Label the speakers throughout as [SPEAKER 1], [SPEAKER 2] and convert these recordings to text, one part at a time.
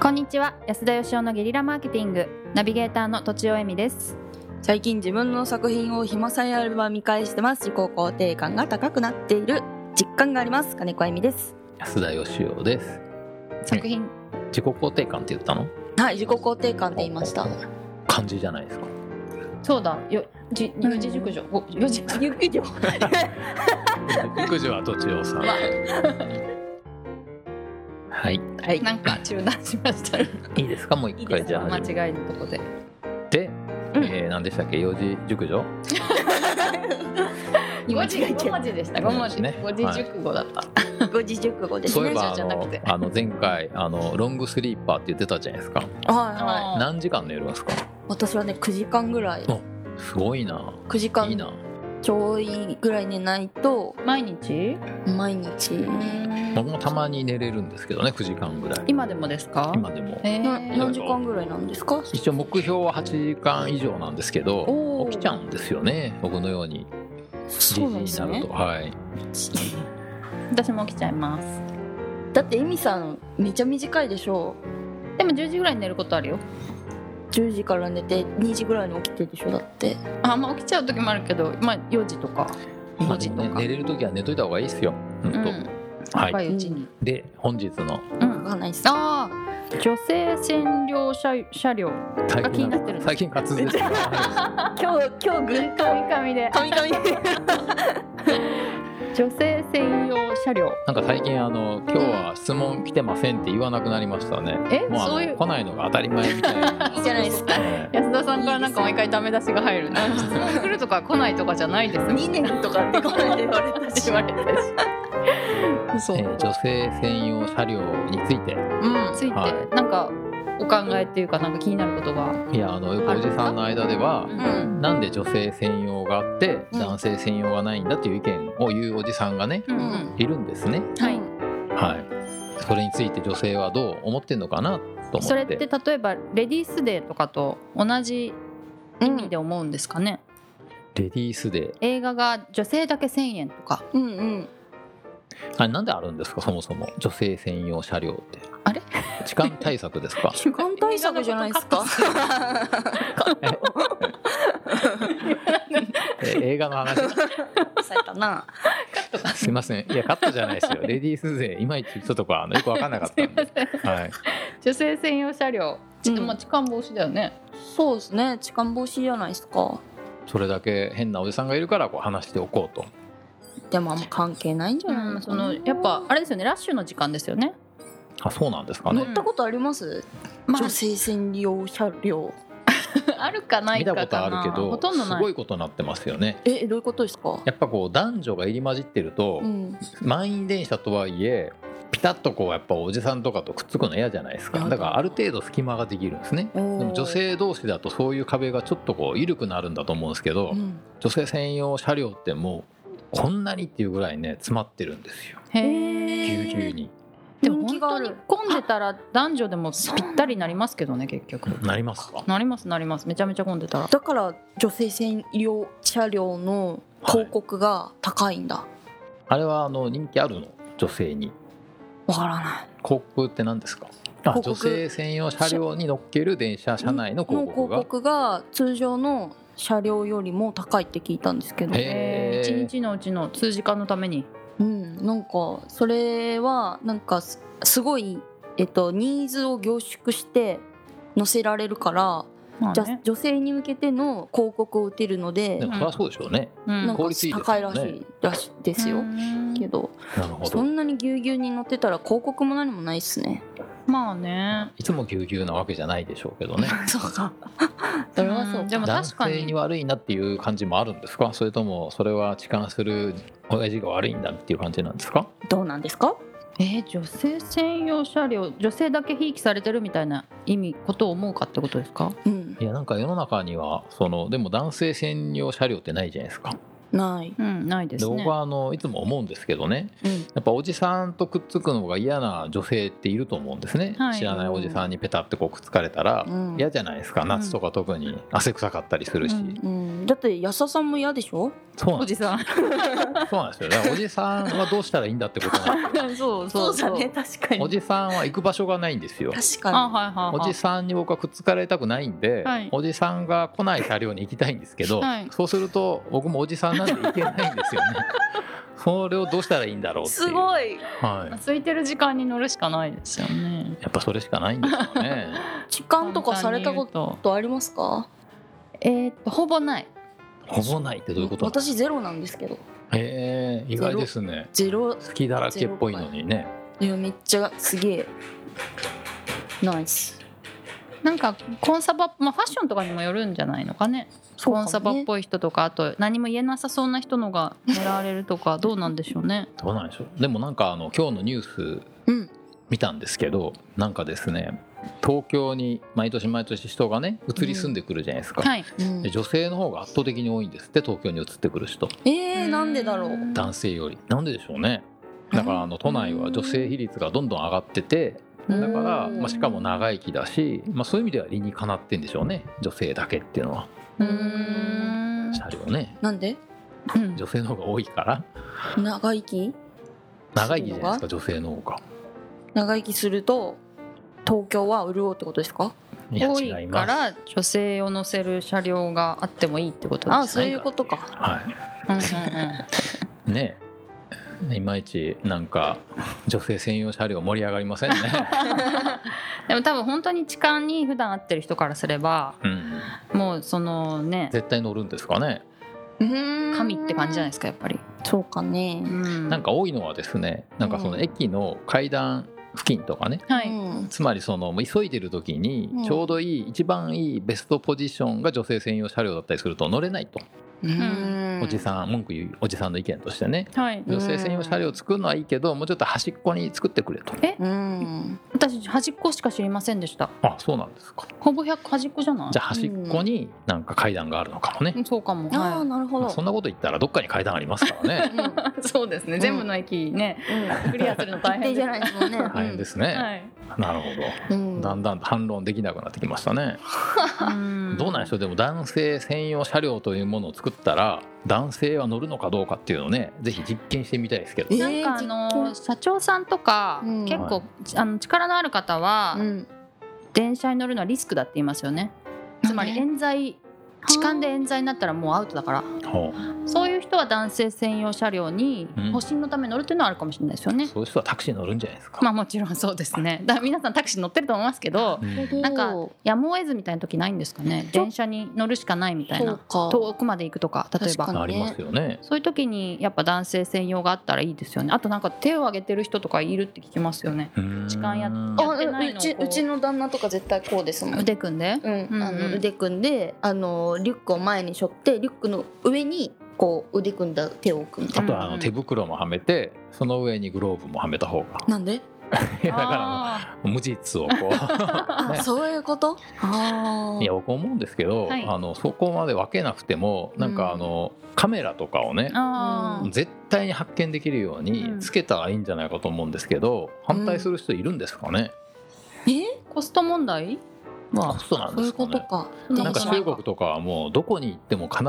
[SPEAKER 1] こんにちは安田義生のゲリラマーケティングナビゲーターの土地尾恵美です
[SPEAKER 2] 最近自分の作品を暇さえあれば見返してます自己肯定感が高くなっている実感があります金子あゆみです
[SPEAKER 3] 安田義雄です
[SPEAKER 1] 作品、
[SPEAKER 3] 自己肯定感って言ったの
[SPEAKER 2] はい自己肯定感って言いました
[SPEAKER 3] 漢字じゃないですか
[SPEAKER 1] そうだよじ
[SPEAKER 2] うん
[SPEAKER 1] 四字熟女ご四字
[SPEAKER 3] 育児は土地をさん はい
[SPEAKER 2] はい
[SPEAKER 1] なんか中断しましたね
[SPEAKER 3] いいですかもう一
[SPEAKER 2] いい
[SPEAKER 3] 回
[SPEAKER 2] です
[SPEAKER 3] じゃあ始め
[SPEAKER 1] 間違いのとこで
[SPEAKER 3] て、
[SPEAKER 2] うん
[SPEAKER 3] えー何でしたっけ幼児熟女
[SPEAKER 1] 五
[SPEAKER 2] 今
[SPEAKER 1] 字
[SPEAKER 2] 違え
[SPEAKER 1] 五
[SPEAKER 2] て
[SPEAKER 1] 文字でした五文字
[SPEAKER 3] ね
[SPEAKER 1] 五字熟語だった、
[SPEAKER 2] 五字熟語です
[SPEAKER 3] そうい
[SPEAKER 2] ね
[SPEAKER 3] えばあ
[SPEAKER 1] じゃなくて
[SPEAKER 3] のあの前回あのロングスリーパーって言ってたじゃないですか
[SPEAKER 2] はいは
[SPEAKER 1] あー
[SPEAKER 3] 何時間寝るんですか
[SPEAKER 2] い私はね9時間ぐらい
[SPEAKER 3] あすごいな
[SPEAKER 2] 9時
[SPEAKER 3] いい
[SPEAKER 2] 間
[SPEAKER 3] な
[SPEAKER 2] ちょいぐらい寝ないと
[SPEAKER 1] 毎日
[SPEAKER 2] 毎日
[SPEAKER 3] 僕もたまに寝れるんですけどね9時間ぐらい
[SPEAKER 1] 今でもですか
[SPEAKER 3] 今でも
[SPEAKER 1] えー
[SPEAKER 2] な何時間ぐらいなんですか
[SPEAKER 3] 一応目標は8時間以上なんですけ
[SPEAKER 2] お
[SPEAKER 3] ど
[SPEAKER 2] ー
[SPEAKER 3] 起きちゃうんですよね僕のようにじじい
[SPEAKER 2] そうなん
[SPEAKER 3] に
[SPEAKER 2] です
[SPEAKER 3] なる
[SPEAKER 2] ね
[SPEAKER 3] と、はい
[SPEAKER 1] 私も起きちゃいます
[SPEAKER 2] だってえみさんめちゃ短いでしょ
[SPEAKER 1] でも10時ぐらいに寝ることあるよ
[SPEAKER 2] 10時から寝て2時ぐらいに起きてるでしょだって
[SPEAKER 1] あまあ起きちゃう時もあるけどまあ4時とか
[SPEAKER 3] ま
[SPEAKER 1] 5
[SPEAKER 3] あ
[SPEAKER 1] 時
[SPEAKER 3] で
[SPEAKER 1] と
[SPEAKER 3] もね
[SPEAKER 1] か、
[SPEAKER 3] 寝れる時は寝といた方がいいですよ、うんと
[SPEAKER 1] うん
[SPEAKER 3] はい
[SPEAKER 1] 若いうちに、
[SPEAKER 3] で本日の
[SPEAKER 1] うん
[SPEAKER 2] わかんないです
[SPEAKER 1] ああ女性専用車車両
[SPEAKER 3] 最
[SPEAKER 1] が気に
[SPEAKER 3] 近
[SPEAKER 1] なっ
[SPEAKER 3] の
[SPEAKER 1] てるんです
[SPEAKER 3] 最近滑舌が
[SPEAKER 2] 今日今日ぐんと
[SPEAKER 1] 神々で
[SPEAKER 2] 神 々
[SPEAKER 1] 女性専用車両
[SPEAKER 3] なんか最近あの今日は質問来てませんって言わなくなりましたね
[SPEAKER 1] え
[SPEAKER 3] もうあ
[SPEAKER 1] そうい
[SPEAKER 3] の
[SPEAKER 1] う
[SPEAKER 3] 来ないのが当たり前みた いな
[SPEAKER 2] いいじゃないですか
[SPEAKER 3] え
[SPEAKER 1] 安田さんからなんか毎回ダメ出しが入るな質問来るとか来ないとかじゃないですよ
[SPEAKER 2] 2年とかってこないで言われたし
[SPEAKER 1] 言われたしそ
[SPEAKER 3] ー
[SPEAKER 1] う
[SPEAKER 3] 女性専用車両について
[SPEAKER 1] うんついて
[SPEAKER 3] は
[SPEAKER 1] なんかお考えっていうかなんか気になることが
[SPEAKER 3] いやあのよくおじさんの間では
[SPEAKER 1] う
[SPEAKER 2] うん
[SPEAKER 3] なんで女性専用があって
[SPEAKER 2] うん
[SPEAKER 3] 男性専用がないんだっていう意見を言うおじさんがね
[SPEAKER 1] うんうん
[SPEAKER 2] うん
[SPEAKER 3] いるんですね
[SPEAKER 1] はい
[SPEAKER 3] はいそれについて女性はどう思ってんのかなと思って
[SPEAKER 1] それって例えばレディースデーとかと同じ意味で思うんですかね
[SPEAKER 3] レディースデー
[SPEAKER 1] 映画が女性だけ1000円とか
[SPEAKER 2] うんうん
[SPEAKER 3] あれなんであるんですかそもそも女性専用車両って
[SPEAKER 1] あれ
[SPEAKER 3] 痴漢対策で すか
[SPEAKER 2] 主観対策じゃないですか
[SPEAKER 3] え映画の 話
[SPEAKER 2] されたな
[SPEAKER 3] すいませんいやカットじゃないですよレディース勢いまいちちょっとこうあのよく分かんなかっ
[SPEAKER 1] す
[SPEAKER 3] た
[SPEAKER 1] い
[SPEAKER 3] ん
[SPEAKER 1] ま
[SPEAKER 3] で、
[SPEAKER 1] せん
[SPEAKER 3] はい、
[SPEAKER 1] 女性専用車両ちょっと
[SPEAKER 2] うん
[SPEAKER 1] まあ痴漢防止だよね、
[SPEAKER 2] そうですね痴漢防止じゃないですか
[SPEAKER 3] それだけ変なおじさんがいるからこう話しておこうと
[SPEAKER 2] でもあんま関係ないんじゃない
[SPEAKER 1] うん
[SPEAKER 2] の
[SPEAKER 1] そ
[SPEAKER 2] かな
[SPEAKER 1] のやっぱあれですよねラッシュの時間ですよね
[SPEAKER 3] あそうなんですか
[SPEAKER 2] 乗
[SPEAKER 3] ね、
[SPEAKER 2] ったことあります
[SPEAKER 1] ま
[SPEAKER 2] 女性専用車両
[SPEAKER 1] ああるかない
[SPEAKER 3] 見
[SPEAKER 1] か
[SPEAKER 3] た
[SPEAKER 1] かな
[SPEAKER 3] ことあるけ
[SPEAKER 1] ほ
[SPEAKER 3] ど
[SPEAKER 1] とんど
[SPEAKER 3] す
[SPEAKER 1] な
[SPEAKER 3] ご
[SPEAKER 1] い
[SPEAKER 3] いことになってますよね
[SPEAKER 2] えどういうことですか
[SPEAKER 3] やっぱこう男女が入り混じってると、
[SPEAKER 2] うん
[SPEAKER 3] 満員電車とはいえピタッとこうやっぱおじさんとかとくっつくの嫌じゃないですか
[SPEAKER 2] やだ
[SPEAKER 3] だからある程度隙間ができるんですね
[SPEAKER 2] で
[SPEAKER 3] でも女性同士だとそういう壁がちょっとこう緩くなるんだと思うんですけど、
[SPEAKER 2] うん
[SPEAKER 3] 女性専用車両ってもうこんなにっていうぐらいね詰まってるんですよ
[SPEAKER 1] へ
[SPEAKER 2] へ
[SPEAKER 3] ぎゅうぎゅう
[SPEAKER 1] ー
[SPEAKER 3] に
[SPEAKER 1] でも
[SPEAKER 2] 人
[SPEAKER 1] 本
[SPEAKER 2] 気が
[SPEAKER 1] 当
[SPEAKER 2] あ
[SPEAKER 1] に
[SPEAKER 2] る
[SPEAKER 1] 混んでたら男女でもぴったりになりますけどね結局
[SPEAKER 3] なりますか
[SPEAKER 1] なりますなりますめちゃめちゃ混んでたら
[SPEAKER 2] だから女性専用車両の広告が高いんだ
[SPEAKER 3] あれはあの人気あるの女性に
[SPEAKER 2] わからない
[SPEAKER 3] 広告って何ですかあ
[SPEAKER 2] 広告
[SPEAKER 3] 女性専用車両に乗っける電車車内の広告が
[SPEAKER 2] の広告が通常の車両よりも高いって聞いたんですけど、
[SPEAKER 3] へ
[SPEAKER 1] 一
[SPEAKER 3] ー
[SPEAKER 1] 日のうちの数時間のために
[SPEAKER 2] うん、なんかそれはなんかすすごい、えっと、ニーズを凝縮して載せられるから、
[SPEAKER 1] まあ
[SPEAKER 2] じゃ
[SPEAKER 1] ね
[SPEAKER 2] 女性に向けての広告を打てるので
[SPEAKER 3] でもそりゃそうでしょうね、
[SPEAKER 1] う
[SPEAKER 2] なん
[SPEAKER 1] ん
[SPEAKER 2] か
[SPEAKER 3] 効率いいです
[SPEAKER 2] 高い
[SPEAKER 3] よね
[SPEAKER 2] らしいらしいですよ、
[SPEAKER 1] うん
[SPEAKER 2] けど
[SPEAKER 3] なるほ
[SPEAKER 2] そ
[SPEAKER 3] ど
[SPEAKER 2] んなにぎゅうぎゅうに載ってたら広告も何もないっすね。
[SPEAKER 1] まあね
[SPEAKER 3] いつもぎゅうぎゅうなわけじゃないでしょうけどね
[SPEAKER 2] そうか それはそうか、
[SPEAKER 1] うんでも
[SPEAKER 3] 男
[SPEAKER 1] 確かに
[SPEAKER 3] 性に悪いなっていう感じもあるんですかそれともそれは痴漢する親父が悪いんだっていう感じなんですか
[SPEAKER 2] どうなんですか
[SPEAKER 1] えー女性専用車両女性だけひいきされてるみたいな意味ことを思うかってことですか
[SPEAKER 2] うん
[SPEAKER 3] いやなんか世の中にはそのでも男性専用車両ってないじゃないですか
[SPEAKER 2] ない、
[SPEAKER 1] うん、ないです
[SPEAKER 3] で
[SPEAKER 1] ね
[SPEAKER 3] 僕。はあのいつも思うんですけどね
[SPEAKER 2] うん、
[SPEAKER 3] やっぱおじさんとくっつくのが嫌な女性っていると思うんですね、
[SPEAKER 1] はい
[SPEAKER 3] 知らないおじさんにペタってこうくっつかれたら
[SPEAKER 2] うん
[SPEAKER 3] 嫌じゃないですか、夏とか特に汗臭かったりするし、
[SPEAKER 1] うん
[SPEAKER 2] うん、だって安田さんも嫌でしょ
[SPEAKER 3] そうなん
[SPEAKER 1] お
[SPEAKER 3] で
[SPEAKER 1] じ
[SPEAKER 3] す
[SPEAKER 1] さ ん。
[SPEAKER 3] そうなんですよだからおじさんはどうしたらいいんだってことなんですよ
[SPEAKER 1] そうそう
[SPEAKER 2] 確か
[SPEAKER 3] おじさんは行く場所がないんですよ
[SPEAKER 2] 確
[SPEAKER 1] あ
[SPEAKER 2] か
[SPEAKER 1] はいはい
[SPEAKER 3] お
[SPEAKER 1] はい
[SPEAKER 3] じ。さんに僕はくっつかれたくないんで、
[SPEAKER 1] はい
[SPEAKER 3] おじさんが来ない車両に行きたいんですけど、
[SPEAKER 1] はい
[SPEAKER 3] そうすると僕もおじさんなんで行けないんですよね それをどうしたらいいんだろう
[SPEAKER 2] に
[SPEAKER 3] っていうい、
[SPEAKER 2] い
[SPEAKER 3] はい、
[SPEAKER 1] 空いてる時間に乗るしかないですよね。
[SPEAKER 3] やっぱそれしかないんですよね
[SPEAKER 2] 痴漢とかされたこ
[SPEAKER 1] と
[SPEAKER 2] とありますか
[SPEAKER 1] えーっとほぼない。
[SPEAKER 3] ほぼないってどういうことなんですか
[SPEAKER 2] 私ゼロなんですけど
[SPEAKER 3] へえ意外ですね
[SPEAKER 2] ゼロ
[SPEAKER 3] 好きだらけっぽいのにね
[SPEAKER 2] いやめっちゃすげえナイス
[SPEAKER 1] なんかコンサバ、まあ、ファッションとかにもよるんじゃないのかねコンサバっぽい人とかあと何も言えなさそうな人のが狙われるとかどうなんでしょう ね。
[SPEAKER 3] どうなんでしょうでもなんかあの今日のニュース
[SPEAKER 2] うん
[SPEAKER 3] 見たんですけどなんかですね東京に毎年毎年人がね移り住んでくるじゃないですか、
[SPEAKER 1] はい、
[SPEAKER 2] うん
[SPEAKER 3] で女性の方が圧倒的に多いんですって東京に移ってくる人
[SPEAKER 2] えー、なんでだろう
[SPEAKER 3] 男性よりなんででしょうねだからあの都内は女性比率がどんどん上がっててだから、
[SPEAKER 2] うん
[SPEAKER 3] まあ、しかも長生きだし、まあ、そういう意味では理にかなってんでしょうね女性だけっていうのは
[SPEAKER 1] うーん
[SPEAKER 3] 車両ね
[SPEAKER 2] なんで
[SPEAKER 1] うん
[SPEAKER 3] 女性の方が多いから
[SPEAKER 2] 長生き
[SPEAKER 3] 長生きじゃないですか女性の方が
[SPEAKER 2] 長生きすると東京は潤うってことですか
[SPEAKER 3] いや
[SPEAKER 1] 多
[SPEAKER 3] 違い
[SPEAKER 1] いか
[SPEAKER 3] ます
[SPEAKER 1] ら女性を乗せる車両があってもいいってこと
[SPEAKER 2] あ
[SPEAKER 1] で
[SPEAKER 2] あ
[SPEAKER 1] す
[SPEAKER 2] そういうことか
[SPEAKER 3] は
[SPEAKER 1] うんうんうん
[SPEAKER 3] いねえいまいちなんか女性専用車両盛り上がりませんね、
[SPEAKER 1] でも多分本当に痴漢に普段会ってる人からすれば
[SPEAKER 3] うん、
[SPEAKER 1] もうそのね
[SPEAKER 3] 絶対乗るんですかね
[SPEAKER 1] 神
[SPEAKER 2] 神
[SPEAKER 1] って感じじゃない
[SPEAKER 2] い
[SPEAKER 1] ですかやっぱり。
[SPEAKER 2] そうかね
[SPEAKER 1] な
[SPEAKER 3] なんか多いのはですねなんかその駅の階段付近とかね
[SPEAKER 1] はい、
[SPEAKER 2] うん
[SPEAKER 3] つまりそのもう急いでる時に
[SPEAKER 2] うん
[SPEAKER 3] ちょうどいい一番いいベストポジションが女性専用車両だったりすると乗れないと
[SPEAKER 2] うん
[SPEAKER 3] おじさん文句言うおじさんの意見としてね
[SPEAKER 1] はい、
[SPEAKER 3] 女性専用車両作るのはいいけどもうちょっと端っこに作ってくれと
[SPEAKER 2] うん
[SPEAKER 1] 私端っこしか知りませんでした
[SPEAKER 3] あそうなんですか
[SPEAKER 1] ほぼ100端っこじゃない
[SPEAKER 3] じゃあ端っこになんか階段があるのかもね、
[SPEAKER 1] うんそうかも、
[SPEAKER 2] ああ
[SPEAKER 1] は
[SPEAKER 2] なるほ
[SPEAKER 3] まあ
[SPEAKER 2] ど
[SPEAKER 3] そんなこと言ったらどっかに階段ありますからね
[SPEAKER 2] うんうん
[SPEAKER 1] い、そうですね、全部の駅ね クリアするの大
[SPEAKER 2] 一定
[SPEAKER 1] 変
[SPEAKER 2] じ
[SPEAKER 1] です
[SPEAKER 2] ゃないですもんね
[SPEAKER 3] 大変です
[SPEAKER 1] は
[SPEAKER 3] ね、
[SPEAKER 1] い、
[SPEAKER 3] なるほ
[SPEAKER 2] うん
[SPEAKER 3] どだんだん反論できなくなってきましたね、どうなんでし
[SPEAKER 1] ょ
[SPEAKER 3] ょうでも男性専用車両というものを作ったら男性は乗るのかどうかっていうのをねぜひ実験してみたいですけど
[SPEAKER 2] え
[SPEAKER 1] なんかあの社長さんとか、
[SPEAKER 2] うん
[SPEAKER 1] 結構、
[SPEAKER 3] はい
[SPEAKER 1] あの力のある方は、
[SPEAKER 2] うん
[SPEAKER 1] 電車に乗るのはリスクだって言いますよねつまり冤罪痴漢で冤罪になったらもうアウトだから
[SPEAKER 3] ほ
[SPEAKER 1] そういう人は男性専用車両に
[SPEAKER 3] うん
[SPEAKER 1] 保身のために乗るっていうのはあるかもしれないですよ
[SPEAKER 3] う
[SPEAKER 1] ね、
[SPEAKER 3] そういう人はタクシー乗るんじゃないですか、
[SPEAKER 1] まあもちろんそうですねだから皆さんタクシー乗ってると思いますけど
[SPEAKER 3] うん
[SPEAKER 1] なんかやむを得ずみたいな時ないんですかね電車に乗るしかないみたい
[SPEAKER 2] そう
[SPEAKER 1] な
[SPEAKER 2] か
[SPEAKER 1] 遠くまで行くとか例え
[SPEAKER 2] 確か
[SPEAKER 1] ば
[SPEAKER 2] に
[SPEAKER 3] ありますよね
[SPEAKER 1] そういう時にやっぱ男性専用があったらいいですよねあとなんか手を挙げてる人とかいるって聞きますよね
[SPEAKER 3] うん
[SPEAKER 1] 痴漢や
[SPEAKER 2] あ
[SPEAKER 1] やってないうの
[SPEAKER 2] ち
[SPEAKER 1] こう
[SPEAKER 2] うちの旦那とか絶対こうですもん
[SPEAKER 1] 腕組んで
[SPEAKER 2] うん
[SPEAKER 1] うん
[SPEAKER 2] あ
[SPEAKER 1] うん
[SPEAKER 2] の腕組んであのリュックを前に背負ってリュックの上にこう腕組んだ手を置くみた
[SPEAKER 3] あ
[SPEAKER 2] い
[SPEAKER 3] とはあ
[SPEAKER 1] うんう
[SPEAKER 3] の
[SPEAKER 1] ん
[SPEAKER 3] 手袋もはめてその上にグローブもはめた方が
[SPEAKER 2] な。なんで
[SPEAKER 3] だから
[SPEAKER 1] あ
[SPEAKER 3] もう無実をこう
[SPEAKER 2] あそういうことああ
[SPEAKER 3] いや僕思うんですけど、
[SPEAKER 1] はい
[SPEAKER 3] あのそこまで分けなくてもなんかあの、カメラとかをね
[SPEAKER 1] ーあー
[SPEAKER 3] 絶対に発見できるよう
[SPEAKER 1] う
[SPEAKER 3] に
[SPEAKER 1] ん
[SPEAKER 3] つけたらいいんじゃないかと思うんですけど、反対する人いるんですかね、
[SPEAKER 2] え
[SPEAKER 1] コスト問題
[SPEAKER 3] コストなん
[SPEAKER 2] そ
[SPEAKER 3] で
[SPEAKER 2] ういう
[SPEAKER 3] すか
[SPEAKER 2] こと
[SPEAKER 3] ね
[SPEAKER 2] か
[SPEAKER 1] な
[SPEAKER 3] なんんか
[SPEAKER 1] か
[SPEAKER 3] 中国とかはもうどこに行っても必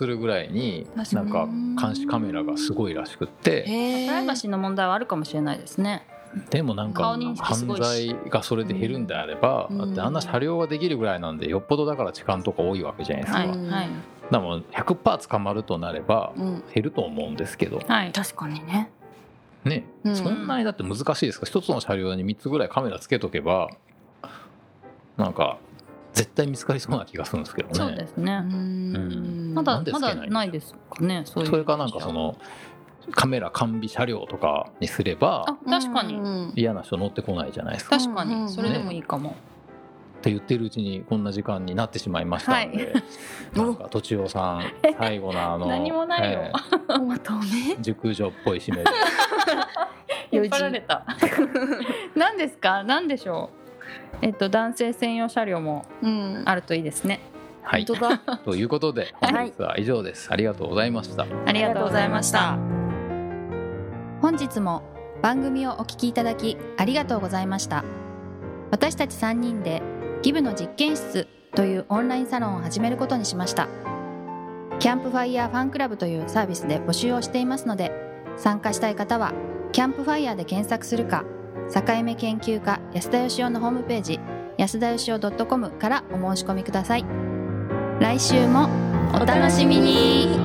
[SPEAKER 3] ず映るぐらいに
[SPEAKER 1] 確か
[SPEAKER 3] な
[SPEAKER 1] に
[SPEAKER 3] んか監視カメラがすごいらしくって
[SPEAKER 1] プ
[SPEAKER 2] へ
[SPEAKER 1] ライバシーの問題はあるかもしれないですね
[SPEAKER 3] でもなんか
[SPEAKER 1] 顔認識す
[SPEAKER 3] 犯
[SPEAKER 1] ごいし
[SPEAKER 3] 罪がそれで減るんであれば
[SPEAKER 2] うん
[SPEAKER 3] だってあんな車両ができるぐらいなんでよっぽどだから痴漢とか多いわけじゃないですか、
[SPEAKER 1] はい
[SPEAKER 2] うん
[SPEAKER 1] はい
[SPEAKER 3] だからもう100%捕まるとなれば
[SPEAKER 2] うん
[SPEAKER 3] 減ると思うんですけど
[SPEAKER 1] はい
[SPEAKER 2] 確かにね
[SPEAKER 3] ね、
[SPEAKER 2] うん
[SPEAKER 3] そんなにだって難しいですか一つの車両に3つぐらいカメラつけとけばなんか絶対見つかりそうな気がするんですけどね
[SPEAKER 1] そうですね
[SPEAKER 2] ん
[SPEAKER 1] ま
[SPEAKER 3] な
[SPEAKER 1] だ
[SPEAKER 3] んでつ
[SPEAKER 1] ま
[SPEAKER 3] けない
[SPEAKER 1] だ
[SPEAKER 3] んですか
[SPEAKER 1] ないですかねそういう
[SPEAKER 3] それかなんかそのカメラ完備車両とかにすれば
[SPEAKER 1] あ確かに
[SPEAKER 2] うん
[SPEAKER 3] 嫌な人乗ってこないじゃないですかっ
[SPEAKER 1] 確か
[SPEAKER 2] うんうんうん
[SPEAKER 1] にそれでもいいかも
[SPEAKER 3] て言ってるうちにこんな時間になってしまいましたんで、 なんかとちおさん最後のあの
[SPEAKER 1] 何もないよ
[SPEAKER 2] またね
[SPEAKER 3] えー熟女っぽい締めで
[SPEAKER 1] 引っ張られた 何ですか何でしょうえっと男性専用車両も
[SPEAKER 2] うん
[SPEAKER 1] あるといいですね
[SPEAKER 3] はい
[SPEAKER 2] 本当だ
[SPEAKER 3] ということで本日は以上です、 ありがとうございました
[SPEAKER 4] ありがとうございました本日も番組をお聞きいただきありがとうございました私たち3人でギブの実験室というオンラインサロンを始めることにしましたキャンプファイヤーファンクラブというサービスで募集をしていますので参加したい方はキャンプファイヤーで検索するか境目研究家安田義雄のホームページ安田義雄 .com からお申し込みください来週もお楽しみに